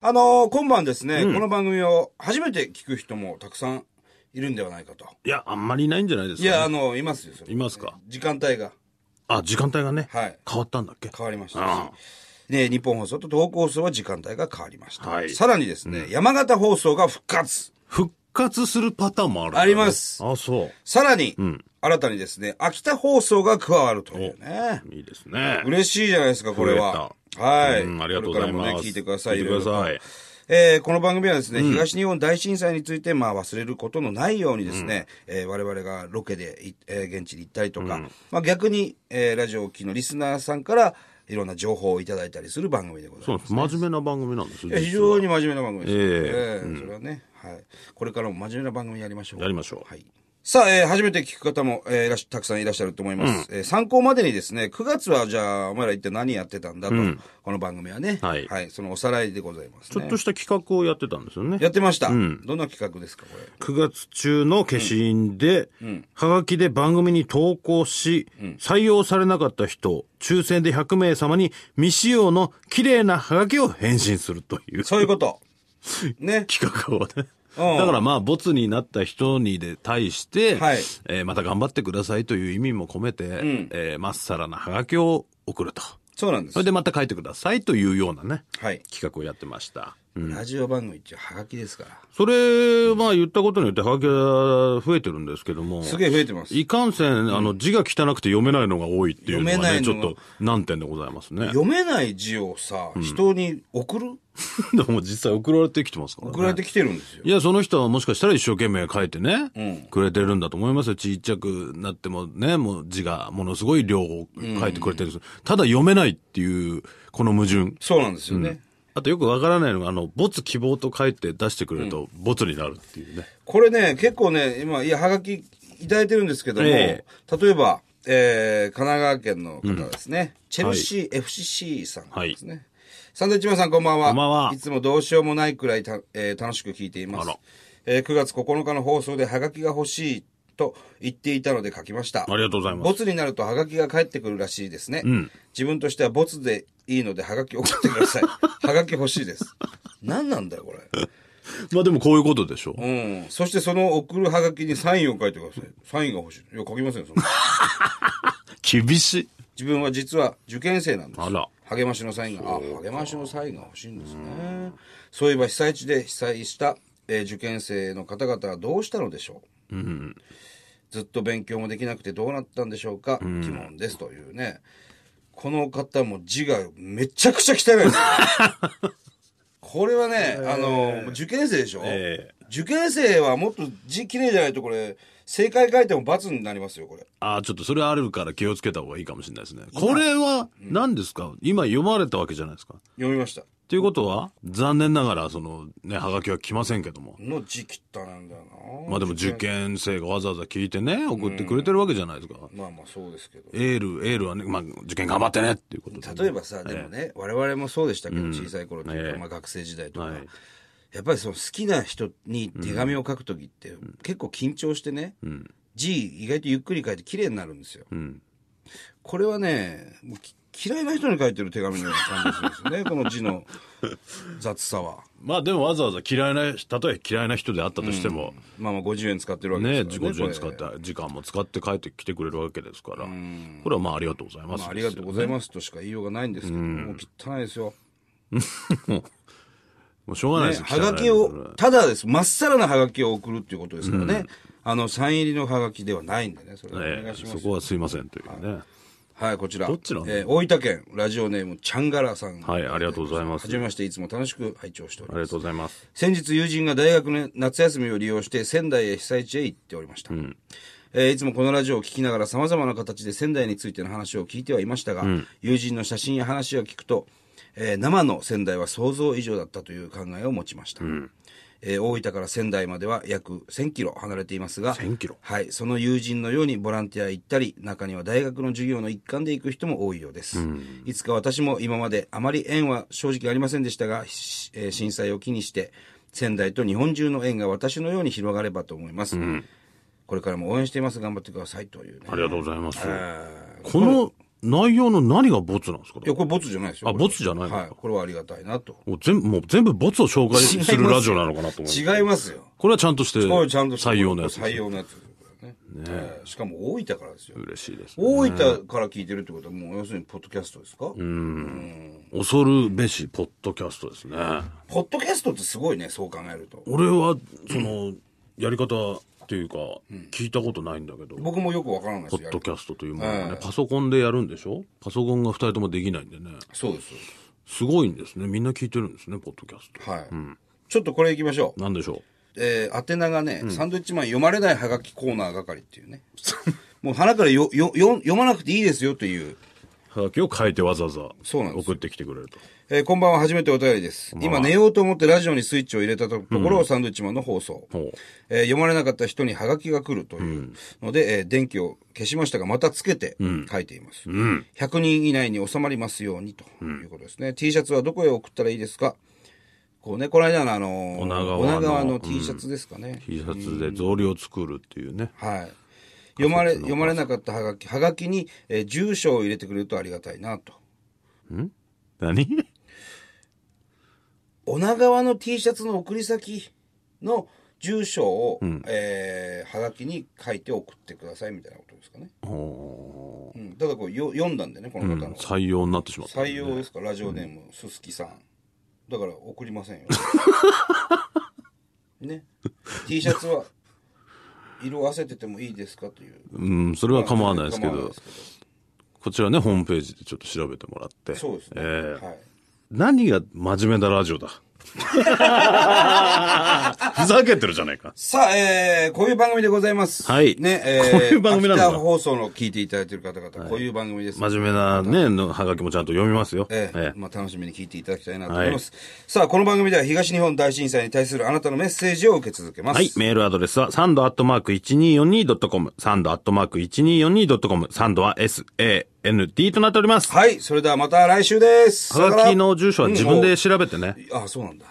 あのー今晩ですね、うんこの番組を初めて聞く人もたくさんいるんではないかと。いや、あんまりいないんじゃないですいか、ね。や、あのいますよ。それいますか。時間帯があ、時間帯がね、はい変わったんだっけ変わりましあたし、ね、日本放送と東北放送は時間帯が変わりました。はいさらにですね、山形放送が復活。復活するパターンもあるんだね、ありますあ、そさらに、ん新たにですね、秋田放送が加わるというね。う。いいですね。嬉しいじゃないですか、これは。増えたはい、うんありがとうございますこれからもね、聞いてください。聞いてくださいろろとえーこの番組はですね、東日本大震災について、まあ、忘れることのないようにですね、えー我々がロケでい、えー現地に行ったりとか、まあ、逆に、えーラジオを聴きのリスナーさんから、いろんな情報をいただいたりする番組でございそうまなんす。です。真面目な番組なんですいよ。や非実は常に真面目な番組です。えええそれはね、はい。これからも真面目な番組やりましょう。やりましょうはい。さあ、えー初めて聞く方も、えーいらっし、たくさんいらっしゃると思います。えー参考までにですね、9月はじゃあ、お前ら一体何やってたんだと、この番組はね、はいそのおさらいでございますちね。ょっとした企画をやってたんですよね。やってました。んどんな企画ですか、これ。 9月中の消印で、はがきで番組に投稿し、採用されなかった人、抽選で100名様に未使用の綺麗なはがきを返信するというそういう こと。ね。企画をね。うんだからまあ、ボツになった人にで対して、はいえーまた頑張ってくださいという意味も込めて、えーまっさらなはがきを送ると。そうなんでそすれ。でまた書いてくださいというようなね、はい。企画をやってました。ラジオ番組一応ハガキですから。それ、まあ言ったことによってはがきが増えてるんですけども。すげえ増えてます。いかんせん、あの、字が汚くて読めないのが多いっていうの読めがなね、いちのょっがと難点でございますね。読めない字をさ、人に送る、 でも実際送られてきてますからね。送られてきてるんですよ。いや、その人はもしかしたら一生懸命書いてね、んくれてるんだと思いますよ。ちっちゃくなってもね、もう字がものすごい量を書いてくれてるんです、ただ読めないっていう、この矛盾。そうなんですよね。あとよくわからないのが、あの、没希望と書いて出してくれると、没になるっていうね。これね、結構ね、今、いや、はがきいただいてるんですけども、え例えば、えー、神奈川県の方ですね、チェルシー FCC さんですね。サンドイッチマンさんこんばんは。こんばんはいつもどうしようもないくらいた、えー楽しく聞いていまあすら。えー9月9日の放送でハガキが欲しいと言っていたので書きました。ありがとうございますボツになるとハガキが返ってくるらしいですね。自分としてはボツでいいのでハガキ送ってく ださい。ハガキ欲しいです。何なんだよ、これ。まあでもこういうことでしょう。うん。そしてその送るハガキにサインを書いてください。サインが欲しい。いや、書きませんよ、そんな厳しい。自分は実は受験生なんです。あら励ましのサインが、あ、励ましのサインが欲しいんですね。そういえば被災地で被災した、えー受験生の方々はどうしたのでしょう、ずっと勉強もできなくてどうなったんでしょうか、疑問ですというね。この方も字がめちゃくちゃ汚い です。これはね、あの、受験生でしょ、え受験生はもっと字綺麗じゃないとこれ、正解書いても罰になりますよ、これ。ああ、ちょっとそれあるから気をつけた方がいいかもしれないですね。これは何ですか、今読まれたわけじゃないですか。っ読みました。ていうことは、残念ながら、そのね、はがきは来ませんけども。の字切ったなんだよな。まあでも受験生がわざわざ聞いてね、送ってくれてるわけじゃないですか。まあまあそうですけど。エール、エールはね、まあ受験頑張ってねっていうことで、例えばさ、でもね、我々もそうでしたけど、小さい頃というか、ええまあ学生時代とか、はいやっぱりその好きな人に手紙を書くときって、結構緊張してね、字意外とゆっくり書いて綺麗になるんですよ。んこれはね、もうき嫌いな人に書いてる手紙のような感じでするん ですよね、この字の雑さは。まあでもわざわざ嫌いな、たとえ嫌いな人であったとしても、まあまあ50円使ってるわけでね、すからね。自己中に使こっれた時間も使って帰ってきてくれるわけですから、これはまあありがとうございます、まあ、ありがとうございますとしか言いようがないんですけど、もう汚いですよ。もうしょうがないです、ね汚はいがきを、ただです、まっさらなはがきを送るっていうことですからね。あの、サイン入りのはがきではないんでね、それおえ願えいします。そこはすいませんというね。はい、こちら。どっちなんだえー大分県、ラジオネーム、チャンガラさん。はい、ありがとうございます。はじめまして、いつも楽しく拝聴しておりありまがす。とうございます。先日、友人が大学の夏休みを利用して、仙台へ被災地へ行っておりました。えーいつもこのラジオを聞きながら様々な形で仙台についての話を聞いてはいましたが、友人の写真や話を聞くと、えー生の仙台は想像以上だったという考えを持ちました。えー大分から仙台までは約1000キロ離れていますが、 1000キロはい、その友人のようにボランティア行ったり、中には大学の授業の一環で行く人も多いようです。いつか私も今まであまり縁は正直ありませんでしたが、しえー震災を機にして、仙台と日本中の縁が私のように広がればと思います。これからも応援しています。頑張ってください。というね。ありがとうございます。えーこの内容の何がボツなんですかいや、これボツじゃないですよ。あこれはボツじゃないのはい。これはありがたいなと。もう全部、もう全部ボツを紹介するラジオなのかなと思います。違いますよ。これはちゃんとして、これちゃんとした採用のやつ。採用のやつですよね。えーしかも大分からですよ。嬉しいです、ね。大分から聞いてるってことは、もう要するにポッドキャストですか恐るべし、ポッドキャストですね。ポッドキャストってすごいね、そう考えると。俺は、その、やり方っていうか、聞いたことないんだけど、僕もよくわからないですよポッやドりキ方。ャストというものはね、パソコンでやるんでしょパソコンが二人ともできないんでね。そうです。すごいんですね。みんな聞いてるんですね、ポッドキャスト。はい。ちょっとこれいきましょう。なんでしょえー宛名がね、サンドイッチマン読まれないハガキコーナー係って いうね。もう花からよよよ読まなくていいですよという。うはがきを書いてわざわざそうなんです送ってきてくれると。えーこんばんは、初めてお便りです。今寝ようと思ってラジオにスイッチを入れたとところをサンドイッチマンの放送。ほうえー読まれなかった人にハガキが来るというので、えー電気を消しましたが、またつけて書いています。100人以内に収まりますようにということですね。T シャツはどこへ送ったらいいですかこうね、この間のあのー、女川の女川の T シャツですかね。 T シャツで草履を作るっていうね。はい。読まれ、読まれなかったはがき、はがきに、えー住所を入れてくれるとありがたいなと。何女川の T シャツの送り先の住所を、えーはがきに書いて送ってくださいみたいなことですかね。ほううん。ただこう、よ読んだんでね、この方の。採用になってしまった。採用ですか、ラジオネーム、すすきさん。だから送りま せんよ。ね。T シャツは、色あせててもいいですかという。うん、それは構わないですけ構わど、こちらね、ホームページでちょっと調べてもらって。そうですね。えーはい。何が真面目なラジオだ ふざけてるじゃないか。さあ、えー、こういう番組でございます。はいね、えー、こういう番組なのかアフター放送の聞いていただいている方々、こういう番組です。真面目なね、のハガキもちゃんと読みますよ。ええええまあ、楽しみに聞いていただきたいなと思います。さあ、この番組では東日本大震災に対するあなたのメッセージを受け続けます。はい。メールアドレスは、サンドアットマーク 1242.com。サンドアットマーク 1242.com。サンドは SAND となっております。はい。それではまた来週です。はがきの住所は自分で調べてさね。よなら。ああ、そうなんだ。